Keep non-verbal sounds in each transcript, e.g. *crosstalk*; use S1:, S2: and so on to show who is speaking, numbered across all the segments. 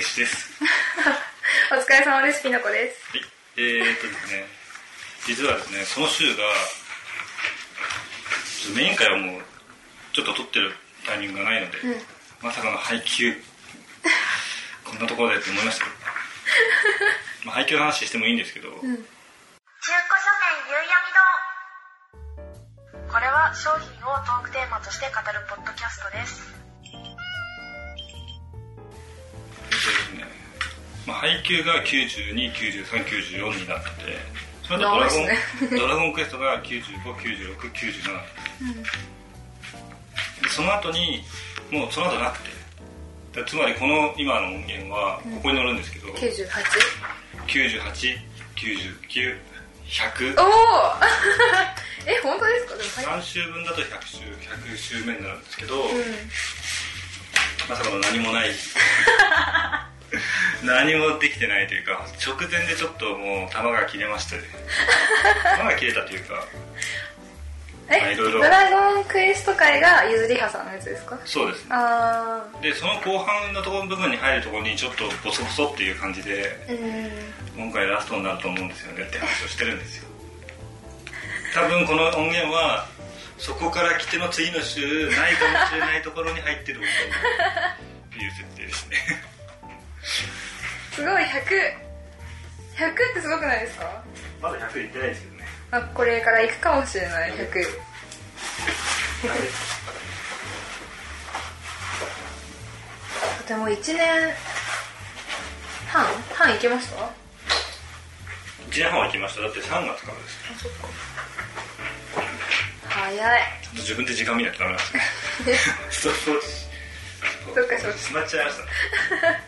S1: 吉です。
S2: お疲れ様です、ピノコです。
S1: はい。えー、っとですね、実はですね、その週が、ちょっとメイン会はもう、ちょっと撮ってるタイミングがないので、
S2: ん
S1: まさかの配給、こんなところでって思いま *laughs* したけど、まあ配給の話してもいいんですけど、
S3: 中古書店夕闇堂これは商品をトークテーマとして語るポッドキャストです
S1: えっとですね、まあ、配給が92、93、94になってて、それとドラゴン、
S2: 直
S1: *laughs*
S2: す
S1: ドラゴンクエストが95、96、97、でその後に、もうその後なくて、だつまりこの今の音源はここに載るんですけど、
S2: 98?
S1: 98、99、100
S2: お、お *laughs* え、本当ですかでもはい
S1: 3週分だと100週、100週目になるんですけど、まさかの何も
S2: *laughs*
S1: ない何もできてないというか直前でちょっともう弾が切れましたね弾が切れたというかまあ
S2: え、
S1: いろいろ
S2: ドラゴンクエスト界がゆずりはさんのやつですか
S1: そうですね
S2: あ
S1: でその後半のところの部分に入るところにちょっとボソボソっていう感じで
S2: ー。うん。
S1: 今回ラストになると思うんですよねって話をしてるんですよ多分この音源はそこから来ての次の週ないかもしれないところに入ってる音源っていう設定ですね
S2: すごい、100。100ってすごくないですか
S1: まだ100いってないですけどね
S2: あ、これから行くかもしれない、100。でも1年半半行けましたあ、
S1: 1年半は行きましただって3月からです
S2: そっか。早い。 *laughs*
S1: ちょっと自分で時間見ないとダメなんですねそうそう
S2: そっかそっか
S1: しまっちゃいましたね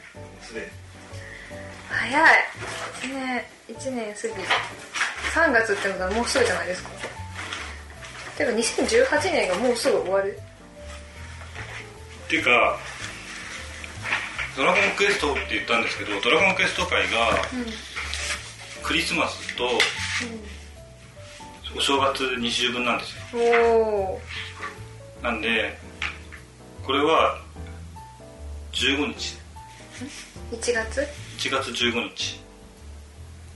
S1: す *laughs* でに
S2: 早い1年1年過ぎ3月ってのがもうすぐじゃないですかてか2018年がもうすぐ終わる
S1: っていうか「ドラゴンクエスト」って言ったんですけど「ドラゴンクエスト」会がクリスマスとお正月2週分なんですよ
S2: おお
S1: なんでこれは15日
S2: 1月
S1: 1月15日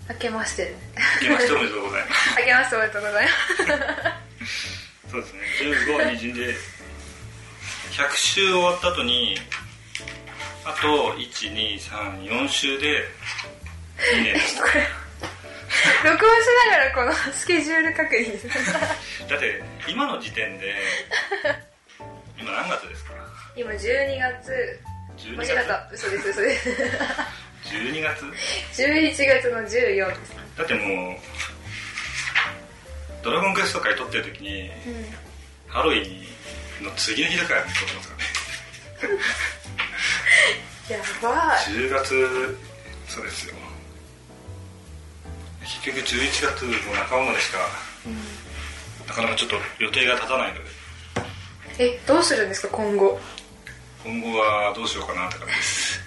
S2: 明けまして
S1: 明けましておめでとうございます
S2: *laughs* 明けましておめでとうござい
S1: *laughs* そうですね15、20で100週終わった後にあと1234週で2年で
S2: ますこれ *laughs* 録音しながらこのスケジュール確認
S1: すだって今の時点で *laughs* 今何月ですか
S2: *laughs* 今12月
S1: 12
S2: 間違
S1: 月
S2: った嘘です嘘 *laughs* です
S1: 12月
S2: 11月の14です
S1: だってもう「ドラゴンクエスト」会撮ってる時に、ハロウィンの次の日だからってことなんです
S2: やばい
S1: かね10月そうですよ結局11月の半ばまでしか、なかなかちょっと予定が立たないので
S2: えどうするんですか今後
S1: 今後はどうしようかなって感じです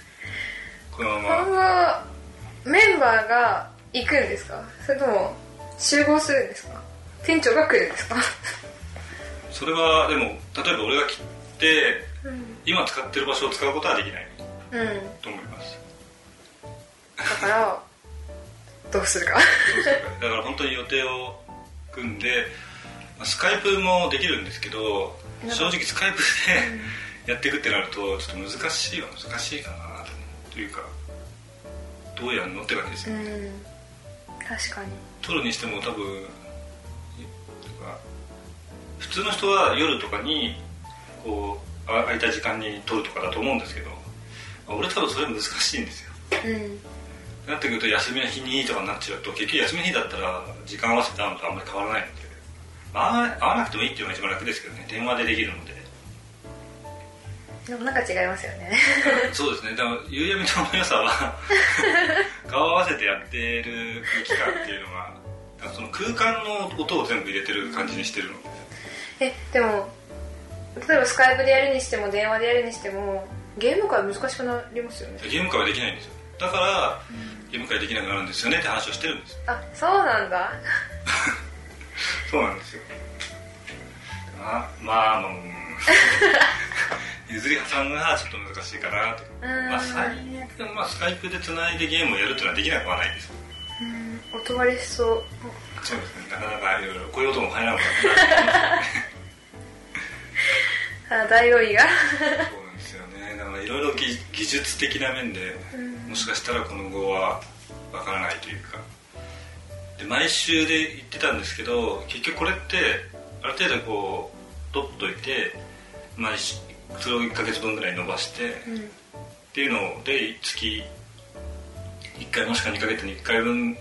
S1: このま
S2: 今
S1: ま
S2: 後メンバーが行くんですかそれとも集合するんですか店長が来るんですか
S1: それはでも例えば俺が切って、今使ってる場所を使うことはできない
S2: *laughs* うん
S1: と思います
S2: だからどうするか
S1: だから本当に予定を組んでまあスカイプもできるんですけど
S2: なんか
S1: 正直スカイプで *laughs* やっていくってなるとちょっと難しいは難しいかなというかどうやんのって感じです
S2: う
S1: よ、
S2: ん確かに
S1: 撮るにしても多分なんか普通の人は夜とかにこうあ空いた時間に撮るとかだと思うんですけど俺多分それ難しいんですよ
S2: うん
S1: なってくると休みの日にとかになっちゃうと結局休みの日だったら時間合わせて会うのとあんまり変わらないので、まあ、会わなくてもいいっていうのが一番楽ですけどね電話でできるので
S2: でもなんか違いますよね *laughs*
S1: そうですねだから夕闇堂の良さは *laughs* 顔を合わせてやってる空気感っていうのがだからその空間の音を全部入れてる感じにしてるので
S2: えでも例えばスカイプでやるにしても電話でやるにしてもゲーム会難しくなりますよね
S1: ゲーム会はできないんですよだからゲーム会できなくなるんですよねって話をしてるんですよ
S2: あそうなんだ
S1: そうなんですよあまあまあうんゆずり挟むのはちょっと難しいかなと
S2: うん
S1: まあ最悪でもまあスカイプでつないでゲームをやるっていうのはできなくはないです
S2: うん *laughs* お断りしそう
S1: そうですねなかなかいろいろこういう音も入らなく
S2: あ大王位が
S1: なるそうなんですよねだからいろいろ技技術的な面で
S2: うん
S1: もしかしたらこの後はわからないというかで毎週で言ってたんですけど結局これってある程度こう取っといて毎週それを1ヶ月分ぐらい伸ばして、
S2: うん
S1: っていうので月1回もしくは2ヶ月に1回分で、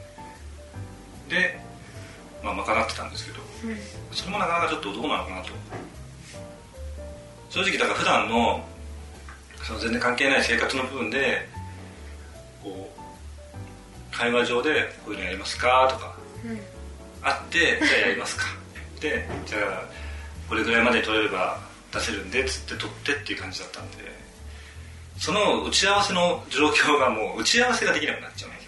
S1: まあ、賄ってたんですけど
S2: うん
S1: それもなかなかちょっとどうなのかなと正直だから普段のその全然関係ない生活の部分でこう会話上でこういうのやりますかとか
S2: うん
S1: あってじゃあやりますか *laughs* でじゃあこれぐらいまで取れれば出せるんでつって取ってっていう感じだったんでその打ち合わせの状況がもう打ち合わせができなくなっちゃうんで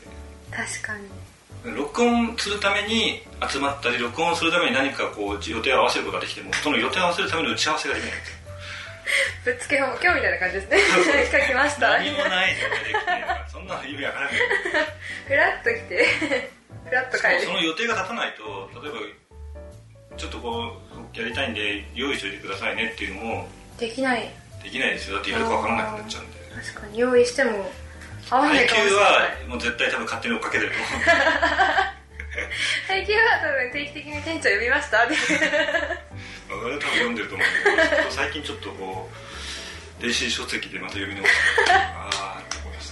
S1: すよね
S2: 確かに
S1: 録音するために集まったり録音するために何かこう予定を合わせることができてもその予定を合わせるための打ち合わせができないんですよ
S2: ぶっつけ本今日みたいな感じですね *laughs* 書きました
S1: 何もない状態で来てるからそんなの意味わからない
S2: ふらっと来て *laughs* ふらっと帰
S1: そ
S2: る
S1: の予定が立たないと例えばちょっとこうやりたいんで用意しといてくださいねっていうのも
S2: できない
S1: できないですよだってやるか分からなくなっちゃうんで
S2: 確かに用意しても合わな
S1: 配
S2: いかもし
S1: 給
S2: れな
S1: はいもう絶対多分勝手に追っかけてると思
S2: 配給は多分定期的に店長呼び
S1: *laughs*
S2: ましたって
S1: う俺は多分読んでると思うんだけどちょっと最近ちょっとこう電子書籍でまた読み直してああって思いまし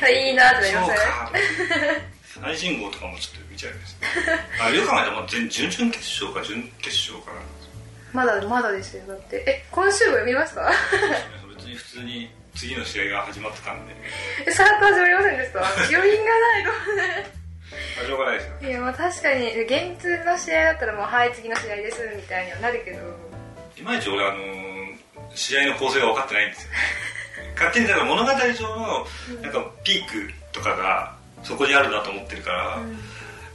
S1: たね
S2: いいなってなり
S1: *laughs*
S2: ま
S1: そう
S2: すね
S1: か最新号とかもちょっと見ちゃいましたあよく考えたらもう全準々決勝か準決勝かな
S2: まだまだですよだってえ今週も読みました *laughs*
S1: 別に普通に次の試合が始まってたんで
S2: えサート始まりませんでした余韻がないの *laughs*
S1: まあしょうがないですよ
S2: いやまあ確かに現実の試合だったらもうはい次の試合ですみたいにはなるけど
S1: いまいち俺あのー試合の構成が分かってないんですよ勝手にだから物語上のなんかピークとかがそこにあるなと思ってるから、
S2: うん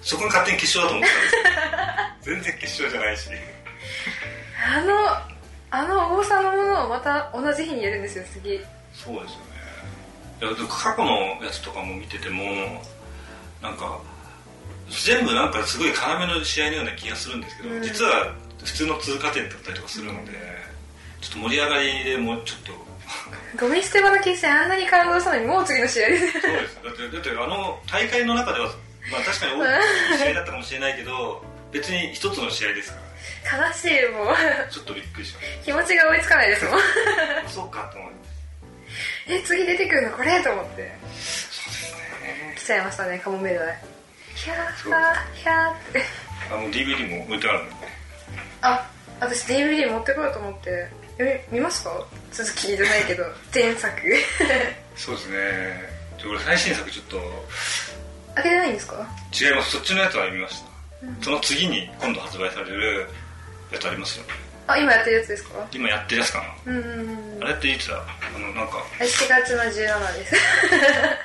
S1: そこが勝手に決勝だと思ってたんですよ全然決勝じゃないし
S2: あのあの多さのものをまた同じ日にやるんですよ次
S1: そうですよねいや過去のやつとかも見ててもなんか全部なんかすごい要の試合のような気がするんですけど、
S2: うん
S1: 実は普通の通過点だったりとかするので、ちょっと盛り上がりでもうちょっと
S2: ゴミ捨て場の決戦あんなに感動したのにもう次の試合 *laughs* です
S1: そうですだってだってあの大会の中では、まあ、確かに大きい試合だったかもしれないけど別に一つの試合ですからね
S2: 悲しいもう
S1: ちょっとびっくりしまし
S2: 気持ちが追いつかないですもん *laughs*
S1: たそうかと思いま
S2: え次出てくるのこれと思って
S1: すそうですね
S2: 来ちゃいましたねカモメダイヒャー
S1: そう
S2: ヒャーって *laughs*
S1: あの DVD も置いてあるんで
S2: あ私 DVD 持ってこようと思ってえ見ますか続きじゃないけど *laughs* 前作
S1: そうですねちょ俺最新作ちょっと
S2: 開けてないんですか
S1: 違いますそっちのやつは見ました、その次に今度発売されるやつありますよ
S2: あ今やってるやつですか
S1: 今やってるやつかな、
S2: うんうんうん
S1: あれっていつだあのなんか
S2: 7月の17です *laughs*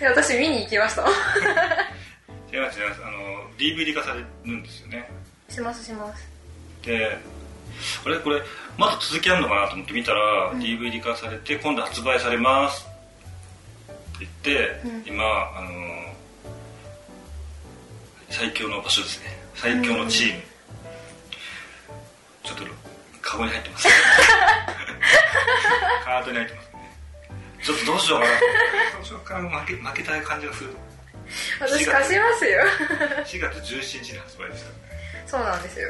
S2: で私見に行きました *laughs*
S1: 違います違いますあの DVD 化されるんですよね
S2: しますします
S1: であれこれまだ続きあるのかなと思って見たら、DVD 化されて今度発売されますって言って、
S2: うん
S1: 今あのー最強の場所ですね最強のチーム、ちょっとカゴに入って *laughs* ますカートに入ってますねちょっとどうしようかなどうしようかな負け負けたい感じがする
S2: 私貸しますよ
S1: 4月17日に発売ですからね
S2: そうなんですよ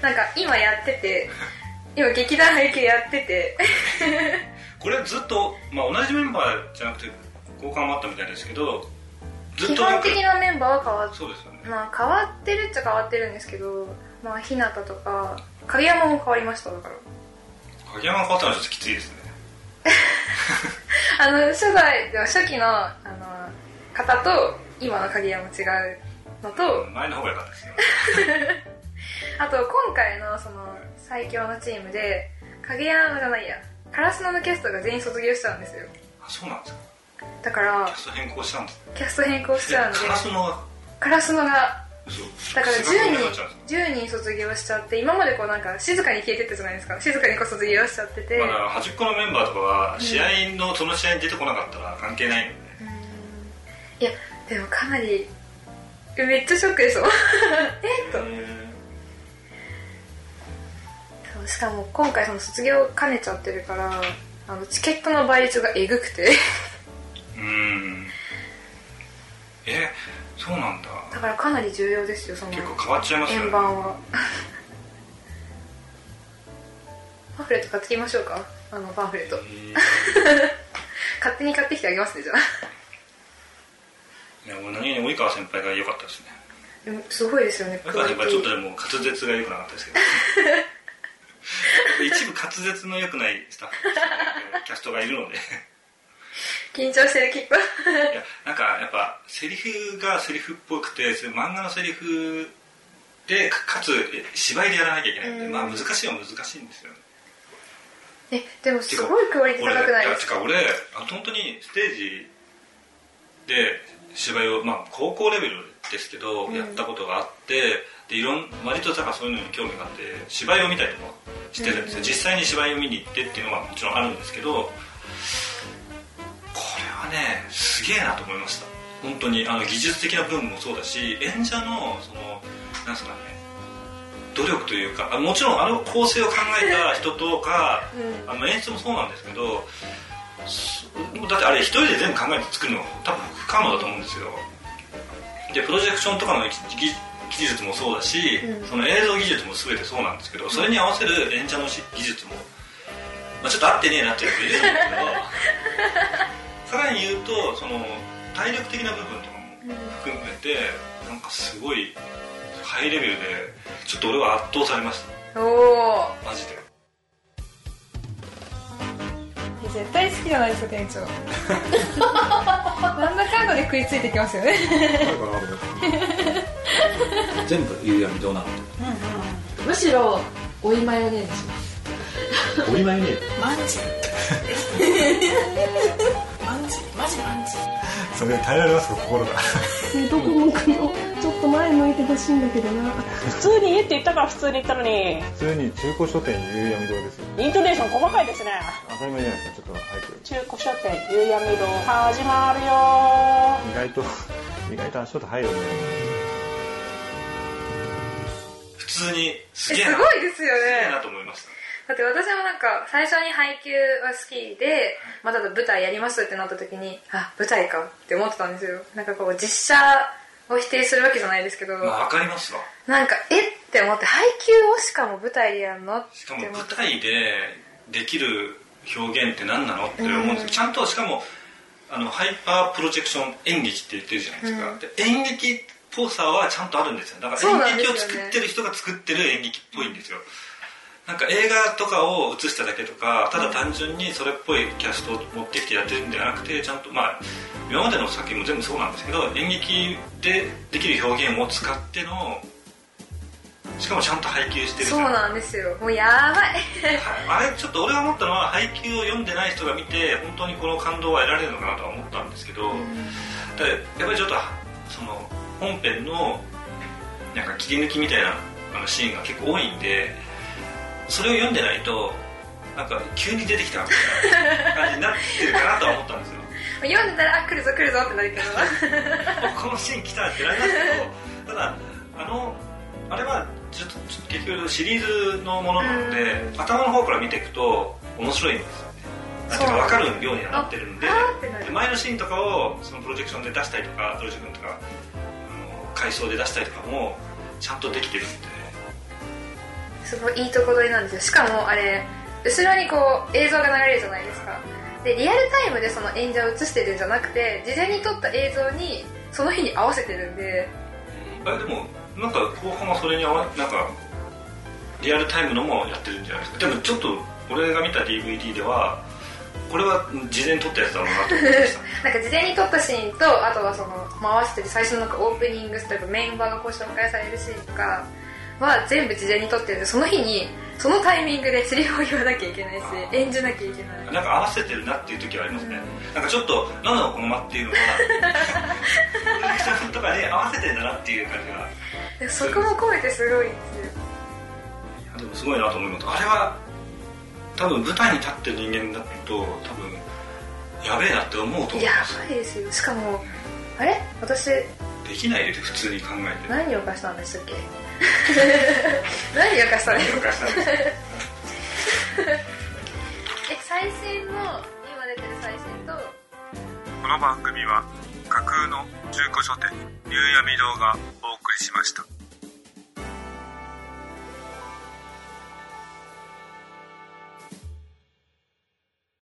S2: なんか今やって
S1: *laughs*
S2: て今劇団配給やってて
S1: これはずっと、まあ、同じメンバーじゃなくて交換もあったみたいですけどず
S2: 基
S1: っとな
S2: 本
S1: んか
S2: 的なメンバーは変わっ
S1: そうですよね
S2: まあ変わってるっちゃ変わってるんですけどまあ日向とか影山も変わりましただから
S1: 影山が変わったのはちょっときついですね
S2: あの初代初期のあの方と今の影山違うのと
S1: 前の方が良かったですよ
S2: あと今回のその最強のチームで影山じゃないやカラスノのキャストが全員卒業しちゃうんですよ
S1: あそうなんですか
S2: だか
S1: キャ
S2: ら
S1: スト変更したんですね
S2: キャスト変更しちゃうんで
S1: カラスの
S2: カラスノが
S1: 嘘
S2: だから10
S1: すごいことになっちゃうん
S2: 人10人卒業しちゃって今までこうなんか静かに消えてったじゃないですか静かにこう卒業しちゃってて、
S1: まあだから端っこのメンバーとかは試合のその試合に出てこなかったら関係ないので、
S2: うんいやでもかなりめっちゃショックですもん *laughs* えっとそうしかも今回その卒業兼ねちゃってるからあのチケットの倍率がえぐく
S1: *laughs*
S2: て
S1: うんえそうなんだ
S2: だからかなり重要ですよその
S1: 結構変わっちゃいますよ
S2: 円
S1: ね
S2: 盤は *laughs* パンフレット買ってきましょうかあのパンフレット勝手に買ってきてあげますねじゃあ
S1: いやもう何より及川先輩が良かったですね
S2: でもすごいですよね
S1: 及川先輩ちょっとでも滑舌が良くなかったですけど *laughs* 一部滑舌の良くないスタッフ、キャストがいるので
S2: 緊張してるきっと
S1: いやなんかやっぱセリフがセリフっぽくてそれ漫画のセリフでかかつえ芝居でやらなきゃいけないので、
S2: うん
S1: まあ難しいは難しいんですよね
S2: えでもすごいクオリティ高くないです
S1: か俺いやてか俺あ本当にステージで芝居を、まあ、高校レベルですけど、
S2: うん
S1: やったことがあってでいろん割とかそういうのに興味があって芝居を見たりとかしてるんですよ、
S2: うん
S1: 実際に芝居を見に行ってっていうのはもちろんあるんですけどこれはねすげえなと思いました本当にあの技術的な部分もそうだし演者のそのなんですかね努力というかあもちろんあの構成を考えた人とか
S2: うん
S1: あの演出もそうなんですけどすだってあれ一人で全部考えて作るのは多分不可能だと思うんですよでプロジェクションとかの技技技術もそうだし、
S2: うん
S1: その映像技術も全てそうなんですけどそれに合わせる演者のし技術も、まあ、ちょっと合ってねえなっていうのも言える
S2: *laughs*
S1: んですけどさらに言うとその体力的な部分とかも
S2: うん
S1: 含めてなんかすごいハイレベルでちょっと俺は圧倒されまし
S2: おお
S1: たマジで
S2: 絶対好きじゃないですか店長 *laughs* なんだかんだで食いついてきますよね
S4: 全部言うやみどうなの
S5: むしろおいマヨネーズします
S4: お祝いね
S6: マンジマンジマジマンジ
S7: それ耐えられますか心が
S8: どこ向くのちょっと前向いてほしいんだけどな
S9: 普通に家って言ったから普通に言ったのに
S7: 普通に中古書店夕闇堂ですよ
S9: イントネーション細かいですね
S7: 当たり前じゃないですかちょっと早く
S9: 中古書店夕闇堂始まるよ
S7: 意外と意外と足音入るね
S1: 普通にす
S2: え
S1: げえ
S2: す
S1: な
S2: ごいですよ
S1: すげえ
S2: ね
S1: なと思いました
S2: だって私もなんか最初に配給は好きで、まあ、ただ舞台やりますってなった時にあ舞台かって思ってたんですよなんかこう実写を否定するわけじゃないですけど、
S1: まあ、わかりますわ
S2: なんかえって思って配給をしかも舞台でやんのって
S1: しかも
S2: 思
S1: 舞
S2: って
S1: 台でできる表現って何なのって思うんですけ
S2: うん
S1: どちゃんとしかもあのハイパープロジェクション演劇って言ってるじゃないですか、
S2: うん
S1: で演劇っぽさはちゃんとあるんですよだか
S2: そう
S1: ら
S2: なん
S1: 演
S2: です
S1: 劇を
S2: よね
S1: 作ってる人が作ってる演劇っぽいんですよなんか映画とかを映しただけとかただ単純にそれっぽいキャストを持ってきてやってるんじゃなくてちゃんとまあ今までの作品も全部そうなんですけど演劇でできる表現を使ってのしかもちゃんと配給してるじゃ
S2: そ
S1: ない
S2: う
S1: ですか
S2: なんですよもうやばい
S1: はいあれちょっと俺が思ったのは配給を読んでない人が見て本当にこの感動は得られるのかなとは思ったんですけど、ただやっぱりちょっとその本編のなんか切り抜きみたいなあのシーンが結構多いんでそれを読んでないとなんか急に出てきたみたいな感じになってるかなとは思ったんですよ
S2: 読んでたらあ来るぞ来るぞってなるけど
S1: おこのシーン来たってなりますけどただあのあれはちょっとちょっと結局シリーズのものなので、頭の方から見ていくと面白いんですよねなんていうか分かるようにはなってるんで
S2: あーってな
S1: で
S2: る
S1: 前のシーンとかをそのプロジェクションで出したりとかプロジェクションとかあの回想で出したりとかもちゃんとできてるん
S2: すごいいいとこ取りなんですよしかもあれ後ろにこう映像が流れるじゃないですかでリアルタイムでその演者を映してるんじゃなくて事前に撮った映像にその日に合わせてるんで *laughs*
S1: であでもなんか後半はそれに合わなんかリアルタイムのもやってるんじゃないですかでもちょっと俺が見た DVD ではこれは事前に撮ったやつだろうなと思いました
S2: なんか事前に撮ったシーンとあとはその回してる最初のなんかオープニングというかメンバーがこう紹介されるシーンとかは全部事前に撮ってるんでその日にそのタイミングでセリフを言わなきゃいけないし演じなきゃいけ
S1: *laughs*
S2: ない
S1: なんか合わせてるなっていう時はありますね、なんかちょっと「なんだこの間」っていうのはリアクションとかで合わせてんだなっていう感じが
S2: でもそこも込めてすごいですよ
S1: でもすごいなと思いますあれは多分舞台に立ってる人間だと多分やべえなって思うと思い
S2: や
S1: ます
S2: ばいですよしかもあれ私
S1: できないで普通に考えて
S2: 何を貸したんでしたっけ *laughs* 何を貸したん
S1: *laughs* 何
S2: です
S1: と
S2: か
S1: かしたんです
S2: え最新の今出てる最新と
S10: この番組は架空の中古書店夕闇堂がお送りしました